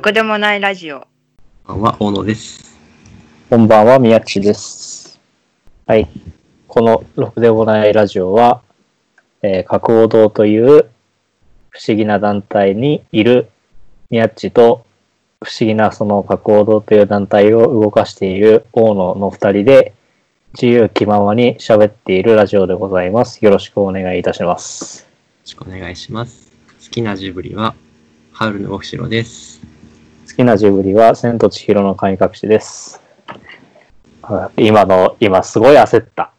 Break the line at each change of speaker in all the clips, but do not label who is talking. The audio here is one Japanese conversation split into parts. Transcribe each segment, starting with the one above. くでもないラジオ。
こんばんは、大野です。
こんばんは、宮地です。はい。この、ろくでもないラジオは、えー、角王堂という不思議な団体にいる宮地と、不思議なその角王堂という団体を動かしている大野の二人で、自由気ままに喋っているラジオでございます。よろしくお願いいたします。
よろしくお願いします。好きなジブリは、ハウルの動く城です。
好きなジブリは、千と千尋の神隠しです。あ今の、今すごい焦った。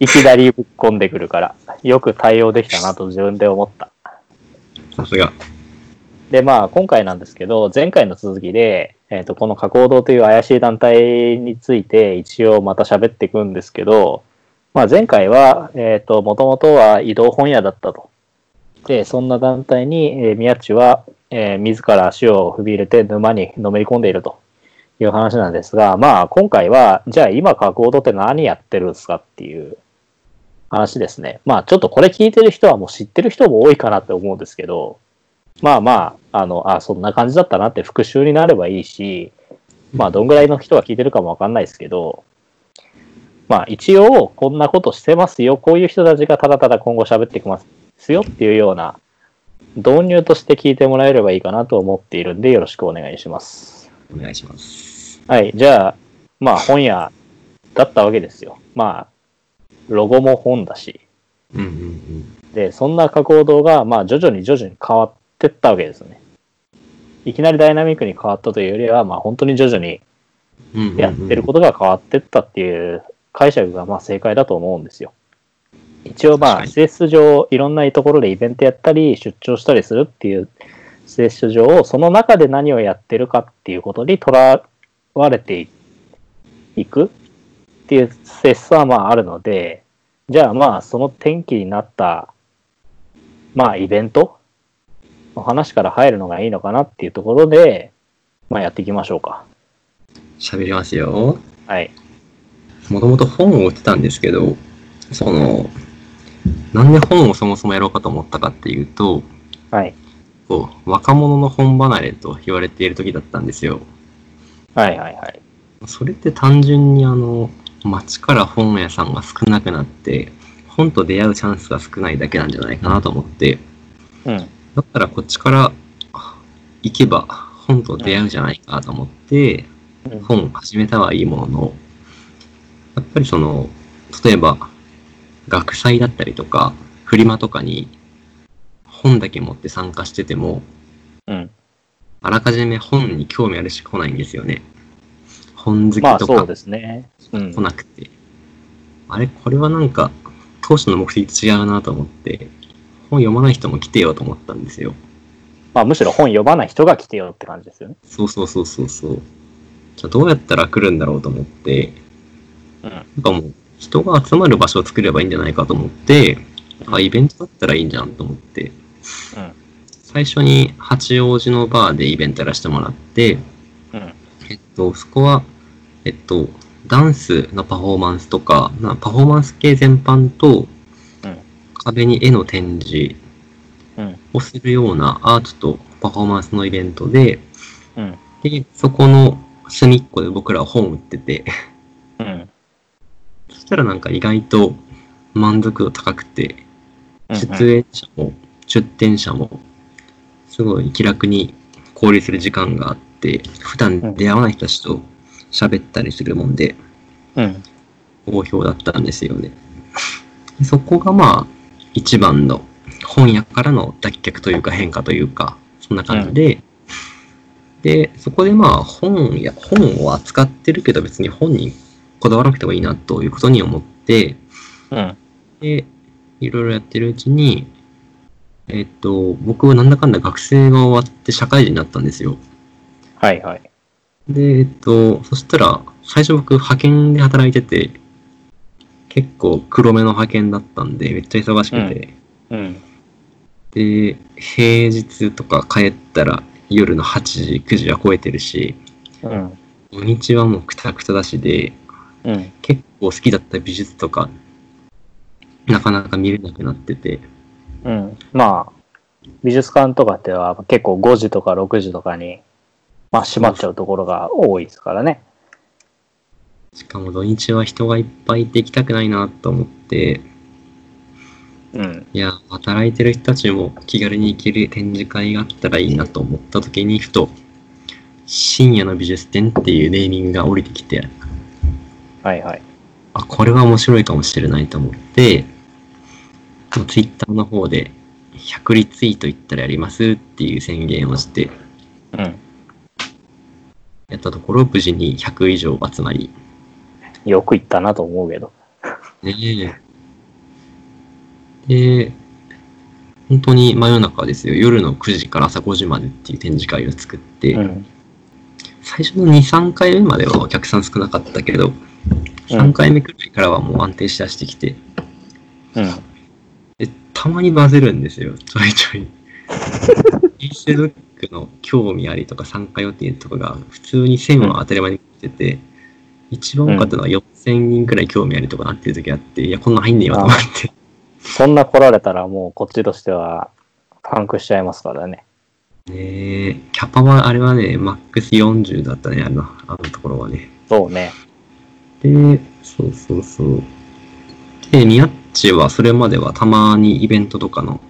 いきなりぶっ込んでくるから、よく対応できたなと自分で思った。
さすが。
で、まあ、今回なんですけど、前回の続きで、えっ、と、この加工堂という怪しい団体について、一応また喋っていくんですけど、まあ、前回は、えっ、と、もともとは移動本屋だったと。で、そんな団体に、えー宮地は、えー自ら足を踏み入れて沼にのめり込んでいるという話なんですが、まあ、今回は、じゃあ今加工堂って何やってるんですかっていう話ですね。まあ、ちょっとこれ聞いてる人はもう知ってる人も多いかなって思うんですけど、まあまあ、あの、あ、そんな感じだったなって復習になればいいし、まあ、どんぐらいの人が聞いてるかもわかんないですけど、まあ、一応、こんなことしてますよ、こういう人たちがただただ今後喋ってきますよっていうような、導入として聞いてもらえればいいかなと思っているんで、よろしくお願いします。
お願いします。
はい、じゃあ、まあ、本屋だったわけですよ。まあ、ロゴも本だし。
うんうんうん。
で、そんな加工堂が、まあ、徐々に徐々に変わってったわけですね。いきなりダイナミックに変わったというよりは、まあ、本当に徐々に
うんうんうん
やってることが変わってったっていう解釈が、まあ、正解だと思うんですよ。一応、ま
確か
あ、
に
性質上、いろんなところでイベントやったり、出張したりするっていう性質上、その中で何をやってるかっていうことにとらわれていくっていう性質は、まあ、あるので、じゃあまあその転機になった、まあイベントの話から入るのがいいのかなっていうところで、まあやっていきましょうか。
喋りますよ。
はい。
もともと本を売ってたんですけど、その、なんで本をそもそもやろうかと思ったかっていうと、
はい。
こう若者の本離れと言われている時だったんですよ。
はいはいはい。
それって単純にあの、街から本屋さんが少なくなって、本と出会うチャンスが少ないだけなんじゃないかなと思って、
うん。
だったらこっちから行けば本と出会うんじゃないかと思って、
うん
本を始めたはいいものの、やっぱりその、例えば学祭だったりとか、フリマとかに本だけ持って参加してても、
うん。
あらかじめ本に興味あるし来ないんですよね。本好
ま
き
あ
と
そ
か
うですね。うん
来。なくて、あれこれはなんか当初の目的と違うなと思って本読まない人も来てよと思ったんですよ
まあむしろ本読まない人が来てよって感じですよね。
そうそうそうそうそうじゃあどうやったら来るんだろうと思って
うん
なんかもう人が集まる場所を作ればいいんじゃないかと思ってあイベントだったらいいんじゃんと思って
うん。
最初に八王子のバーでイベントやらせてもらって
うん。
えっと、そこは、えっと、ダンスのパフォーマンスとか、なパフォーマンス系全般と、
うん
壁に絵の展示
うん。
をするようなアートとパフォーマンスのイベントで、
うん。
で、そこの隅っこで僕らは本を売ってて、
うん。
そしたらなんか意外と満足度高くて、
うん
出演者も出店者も、すごい気楽に交流する時間があって、普段出会わない人たちと喋ったりするもんで、
うん。
好評だったんですよね。でそこがまあ、一番の本屋からの脱却というか変化というか、そんな感じで、で、そこでまあ、本や、本を扱ってるけど別に本にこだわらなくてもいいなということに思って、
うん。
で、いろいろやってるうちに、えっと、僕はなんだかんだ学生が終わって社会人になったんですよ。
はいはい。
で、えっと、そしたら、最初僕、派遣で働いてて、結構黒目の派遣だったんで、めっちゃ忙しくて、
うん。
で、平日とか帰ったら夜の8時、9時は超えてるし、
うん。
土日はもうくたくただしで、
うん。
結構好きだった美術とか、なかなか見れなくなってて、
うん。まあ、美術館とかっては結構5時とか6時とかに、まあ、閉まっちゃうところが多いですからね。
しかも土日は人がいっぱいいて行きたくないなと思って、
うん。
いや、働いてる人たちも気軽に行ける展示会があったらいいなと思った時に、ふと、深夜の美術展っていうネーミングが降りてきて、
はいはい。
あ、これは面白いかもしれないと思って、ツイッターの方で100リツイートいったらやりますっていう宣言をして、
うん。
やったところ、無事に100以上集まり、
よく行ったなと思うけど。
ねえ。で、本当に真夜中ですよ。夜の9時から朝5時までっていう展示会を作って、
うん。
最初の2、3回目まではお客さん少なかったけど、3回目くらいからはもう安定しだしてきて、
うん。
で、たまにバズるんですよ、 ちょいちょい。イーストドックの興味ありとか参加予定とかが普通に1000は当たり前に来てて、一番多かったのは4000人くらい興味ありとかなっていう時あって、いや、こんなん入んねえわと思って。
そんな来られたらもうこっちとしてはパンクしちゃいますからね。
ねえ、キャパはあれはね、マックス40だったね、あの、あのところはね。
そうね。
で、そうそうそう。で、ミヤッチはそれまではたまにイベントとかの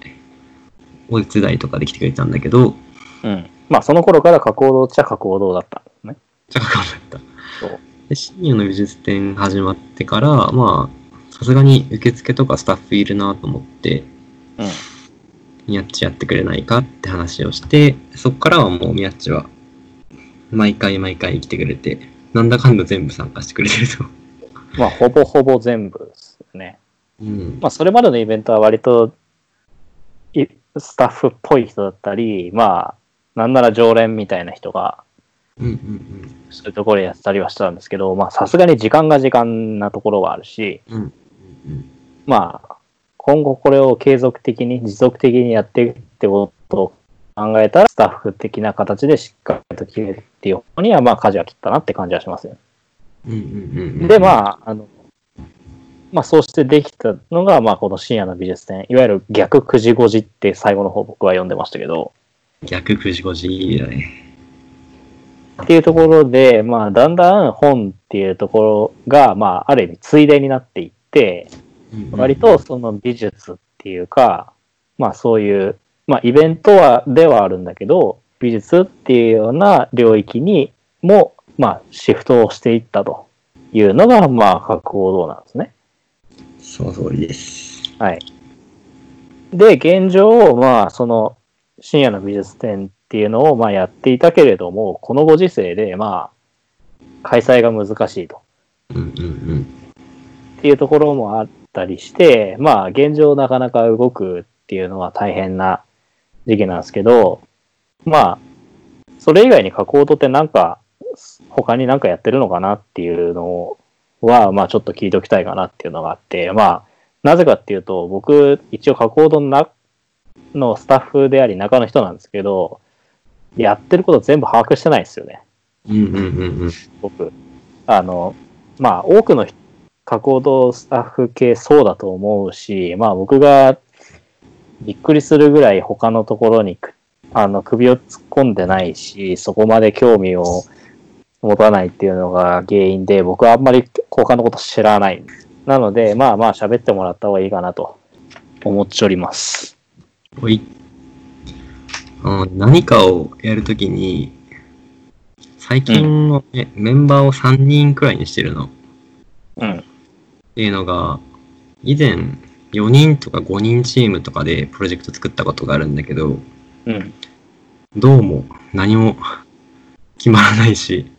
お手伝いとかで来てくれたんだけど、
うん。まあその頃から加工堂っちゃ加工堂だったんですね。
じゃあ、かった。
そう。
で、深夜の美術展始まってから、まあ、さすがに受付とかスタッフいるなと思って、
うん。
ミヤッチやってくれないかって話をして、そっからはもうミヤッチは、毎回毎回来てくれて、なんだかんだ全部参加してくれてると。
まあほぼほぼ全部ですね。
うん。
まあそれまでのイベントは割といスタッフっぽい人だったり、まあなんなら常連みたいな人が
うんうんうん。
そういうところでやったりはしたんですけど、まあさすがに時間が時間なところはあるし、
うんうん
まあ、今後これを継続的に、持続的にやっていくってことを考えたら、スタッフ的な形でしっかりと決めるっていう方には、まあ、舵は切ったなって感じはしますよ。
うんうんうんうん
で、まあ、あの、まあ、そうしてできたのが、まあ、この深夜の美術展、いわゆる逆9時5時って最後の方僕は読んでましたけど、
逆9時5時だね。
っていうところで、まあ、だんだん本っていうところが、まあ、ある意味、ついでになっていって、割とその美術っていうか、まあそういう、まあイベントは、ではあるんだけど、美術っていうような領域にも、まあシフトをしていったというのが、まあ博報堂なんですね。
その通りです。
はい。で、現状、まあその深夜の美術展っていうのをまあやっていたけれども、このご時世で、まあ開催が難しいと。
うんうん
っていうところもあったりして、まあ現状なかなか動くっていうのは大変な時期なんですけど、まあ、それ以外に加工とってなんか、他になんかやってるのかなっていうのは、まあちょっと聞いておきたいかなっていうのがあって、まあ、なぜかっていうと、僕、一応加工とのなのスタッフであり中の人なんですけど、やってること全部把握してないんですよね。
うん。うんうんうんうん。
僕、あの、まあ、多くの人加工堂スタッフ系そうだと思うし、まあ、僕がびっくりするぐらい他のところにくあの首を突っ込んでないし、そこまで興味を持たないっていうのが原因で、僕はあんまり他のこと知らない。なので、まあまあ喋ってもらった方がいいかなと思っております。
おい。あの何かをやるときに、最近の、ねメンバーを3人くらいにしてるのっ
うん。
ていうのが、以前4人とか5人チームとかでプロジェクト作ったことがあるんだけど、
うん。
どうも何も決まらないし、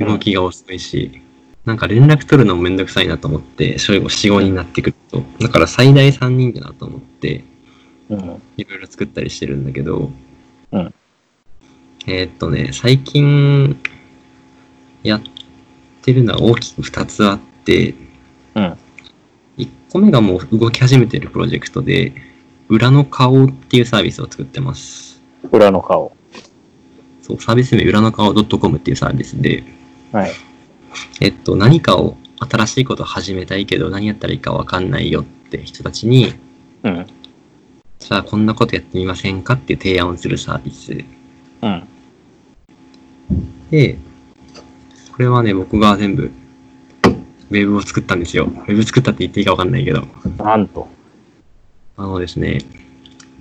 動きが遅いし、なんか連絡取るのもめんどくさいなと思って、所要4、5になってくると。だから最大3人だなと思って、
うん。
いろいろ作ったりしてるんだけど、
うん
えーっとね、最近やってるのは大きく2つあって、
うん。
1個目がもう動き始めてるプロジェクトで、裏の顔っていうサービスを作ってます。
裏の顔。
そう、サービス名、裏の顔 .com っていうサービスで、
はい。
えっと、何かを、新しいことを始めたいけど、何やったらいいかわかんないよって人たちに、
うん。
ちさあこんなことやってみませんかっていう提案をするサービス
うん。
で、これはね、僕が全部、ウェブを作ったんですよ。ウェブ作ったって言っていいかわかんないけど。
なんと。
あのですね、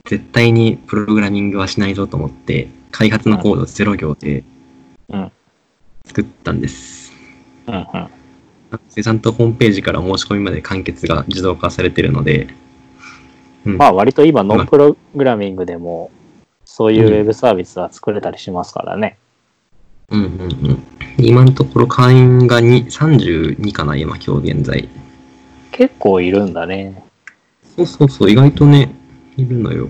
絶対にプログラミングはしないぞと思って、開発のコード0行で
うん
作ったんです。
うんうん。
でちゃんとホームページから申し込みまで完結が自動化されてるので、うん
まあ割と今ノンプログラミングでもそういうウェブサービスは作れたりしますからね。
うんうんうん。今のところ会員が2 32かな、今今日現在。
結構いるんだね。
そうそうそう、意外とね、いるのよ。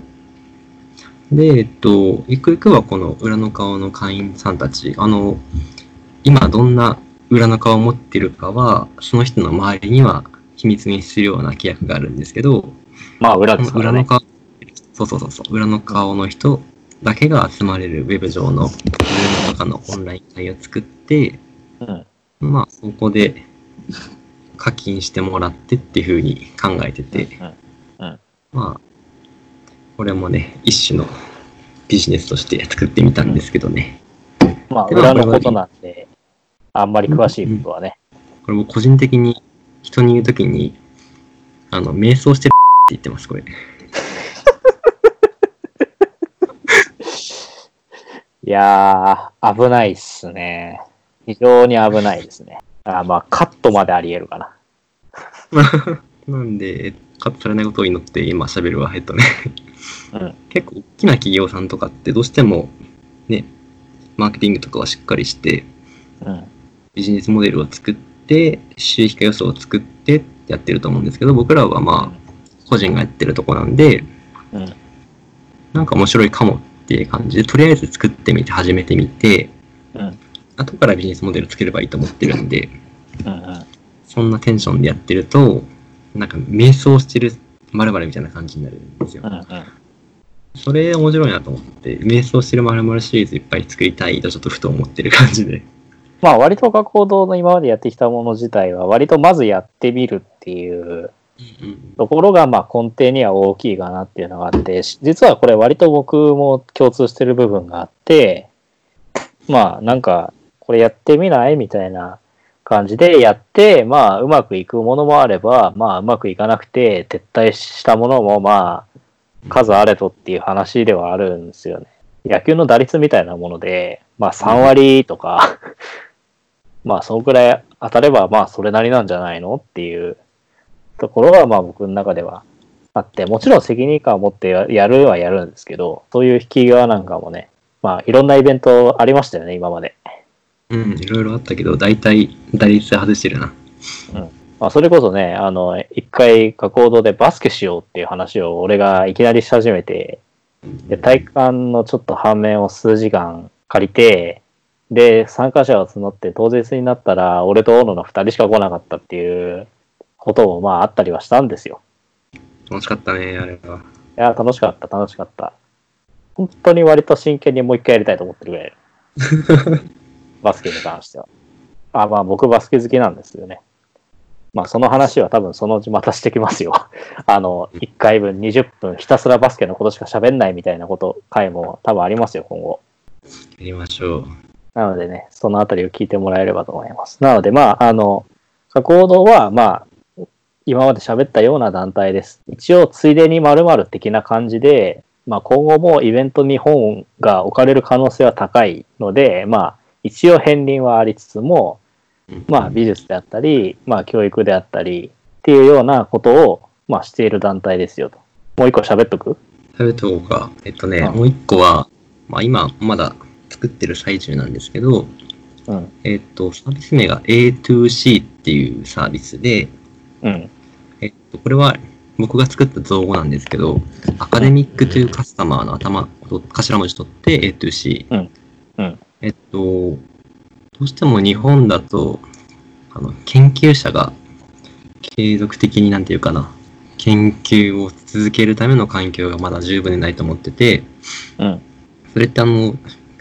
で、えっと、ゆくゆくはこの裏の顔の会員さんたち、あの、今どんな裏の顔を持ってるかは、その人の周りには秘密にするような規約があるんですけど、
まあ裏
この
ですか
裏
ら
の
ね。
顔、そうそうそうそう、裏の顔の人だけが集まれるウェブ上の、ウェブとかのオンライン会を作って、
うん。
まあ、そこで課金してもらってっていうふうに考えてて、
うん
まあ、これもね、一種のビジネスとして作ってみたんですけどね。
まあ
でまあ
裏のことなんで、あんまり詳しいことはね。
これも個人的に人に言うときに、あの、瞑想してるって言ってます、これ。
いやー、危ないっすね。非常に危ないですね。あーまあカットまであり得るかな。
なんで、カットされないことを祈って今喋るわ、えっとね。
うん
結構大きな企業さんとかってどうしても、ね、マーケティングとかはしっかりして、
うん。
ビジネスモデルを作って、収益化予想を作ってってやってると思うんですけど、僕らはまあ、個人がやってるとこなんで、
うん。
なんか面白いかもっていう感じで、とりあえず作ってみて、始めてみて、
うん。
後からビジネスモデルつければいいと思ってるんで、
うん。うん。
そんなテンションでやってると、なんか瞑想してる〇〇みたいな感じになるんですよ
う。ん。うん。
それ面白いなと思って、瞑想してる〇〇シリーズいっぱい作りたいとちょっとふと思ってる感じで。
まあ割と学校堂の今までやってきたもの自体は割とまずやってみるっていう
うん
ところがまあ根底には大きいかなっていうのがあってし実はこれ割と僕も共通してる部分があってまあなんかこれやってみないみたいな感じでやってまあうまくいくものもあればまあうまくいかなくて撤退したものもまあ数あれとっていう話ではあるんですよね。野球の打率みたいなものでまあ3割とか まあそのくらい当たればまあそれなりなんじゃないのっていうところはまあ僕の中ではあって、もちろん責任感を持ってややるはやるんですけど、そういう引き際なんかもね、まあいろんなイベントありましたよね、今まで。
うん。うん、いろいろあったけど、大体、打率外してるな。
まあそれこそね、あの、一回学校堂でバスケしようっていう話を俺がいきなりし始めて、で体育館のちょっと反面を数時間借りて、で、参加者を募って当日になったら俺と大野の二人しか来なかったっていうこともまああったりはしたんですよ。
楽しかったね、あれは。
いや、楽しかった、楽しかった。本当に割と真剣にもう一回やりたいと思ってるぐらい。バスケに関しては。あ、まあ僕バスケ好きなんですよね。まあその話は多分そのうちまたしてきますよ。 あの、1回分20分ひたすらバスケのことしか喋んないみたいなこと、回も多分ありますよ、今後。
やりましょう。
なのでね、そのあたりを聞いてもらえればと思います。なので、まあ、あの、加工堂は、まあ、今まで喋ったような団体です。一応、ついでに〇〇的な感じで、まあ、今後もイベントに本が置かれる可能性は高いので、まあ、一応、片鱗はありつつも、
うん
まあ、美術であったり、まあ、教育であったり、っていうようなことを、まあ、している団体ですよと。もう一個喋っとく
食べとこうか。えっとね、
うん
もう一個は、まあ、今まだ作ってる最中なんですけど、
うん。
えっと、サービス名が A2C っていうサービスで、
うん。
えっと、これは僕が作った造語なんですけど、アカデミックというカスタマーの頭、頭文字取って A2C。
うんうん
えっと、どうしても日本だと、あの、研究者が継続的になんていうかな、研究を続けるための環境がまだ十分でないと思ってて、
うん。
それってあの、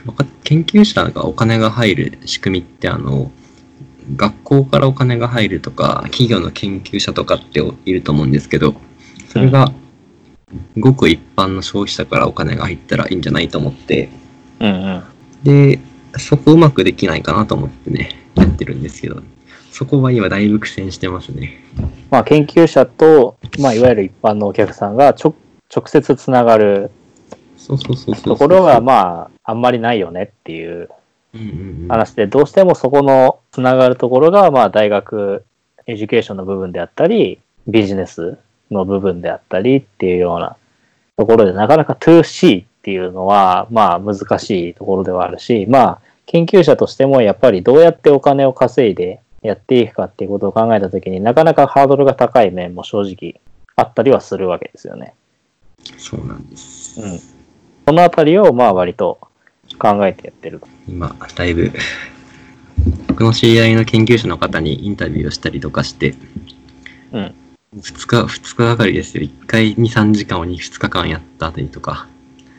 わか研究者がお金が入る仕組みってあの、学校からお金が入るとか、企業の研究者とかっていると思うんですけど、それがごく一般の消費者からお金が入ったらいいんじゃないと思って、
うんうん。
で、そこうまくできないかなと思ってね、やってるんですけど、そこは今だいぶ苦戦してますね。
まあ、研究者と、まあ、いわゆる一般のお客さんがちょ直接つながる
そうそうそうそうそう。
ところが、まあ、あんまりないよねっていう
うんうんうん、
話で、どうしてもそこのつながるところが、まあ、大学、エデュケーションの部分であったり、ビジネスの部分であったりっていうようなところで、なかなか 2C っていうのは、まあ、難しいところではあるし、まあ、研究者としても、やっぱりどうやってお金を稼いでやっていくかっていうことを考えたときになかなかハードルが高い面も正直あったりはするわけですよね。
そうなんです。
うん。このあたりを、まあ、割と考えてやってる。
今、だいぶ、僕の知り合いの研究者の方にインタビューをしたりとかして、
うん。
2日、2日がかりですよ。1回2、3時間を2、2日間やったあたりとか、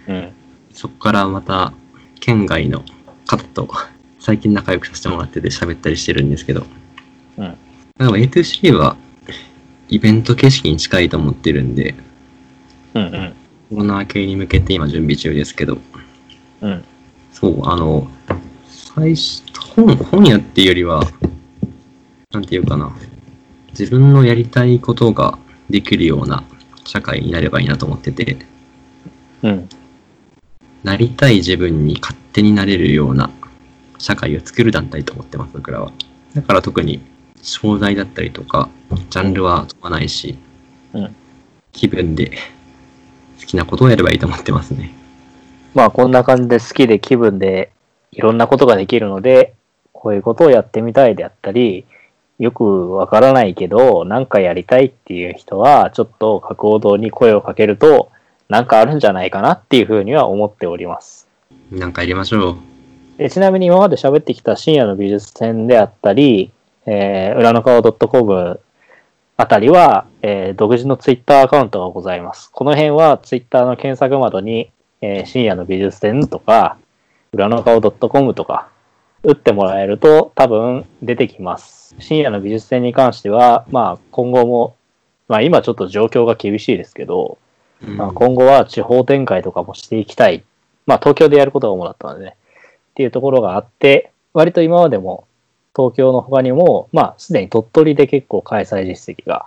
うん。
そこからまた、県外の方と、最近仲良くさせてもらってて喋ったりしてるんですけど、
うん。
なんか A2C は、イベント形式に近いと思ってるんで、
うんうん。
コロナ明けに向けて今準備中ですけど、
うん。
そう、あの、最初、本、本屋っていうよりは、なんていうかな、自分のやりたいことができるような社会になればいいなと思ってて、
うん。
なりたい自分に勝手になれるような社会を作る団体と思ってます、僕らは。だから特に、商材だったりとか、ジャンルは問わないし、
うん
気分で好きなことをやればいいと思ってますね。
まあこんな感じで好きで気分でいろんなことができるので、こういうことをやってみたいであったり、よくわからないけど、なんかやりたいっていう人は、ちょっと各報堂に声をかけると、なんかあるんじゃないかなっていうふうには思っております。
なんかやりましょう。
でちなみに今まで喋ってきた深夜の美術展であったり、えー、裏の顔 .com あたりは、えー独自のツイッターアカウントがございます。この辺はツイッターの検索窓に、えー深夜の美術展とか、裏の顔 .com とか、打ってもらえると多分出てきます。深夜の美術展に関しては、まあ今後も、まあ今ちょっと状況が厳しいですけど、
うん
まあ、今後は地方展開とかもしていきたい。まあ、東京でやることが主だったのでね。っていうところがあって、割と今までも東京の他にも、まあ、すでに鳥取で結構開催実績が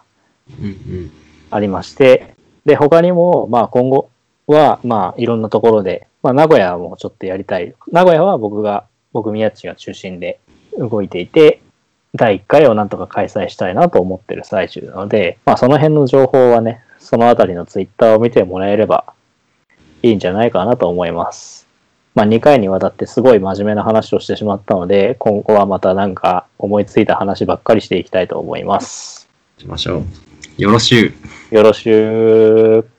うんうん
ありまして、で、他にも、まあ、今後は、まあ、いろんなところで、まあ、名古屋もちょっとやりたい。名古屋は僕が、僕、宮地が中心で動いていて、第1回をなんとか開催したいなと思ってる最中なので、まあ、その辺の情報はね、そのあたりのツイッターを見てもらえればいいんじゃないかなと思います。まあ、2回にわたってすごい真面目な話をしてしまったので、今後はまたなんか思いついた話ばっかりしていきたいと思います。
しましょう。よろしゅう。
よろしゅう。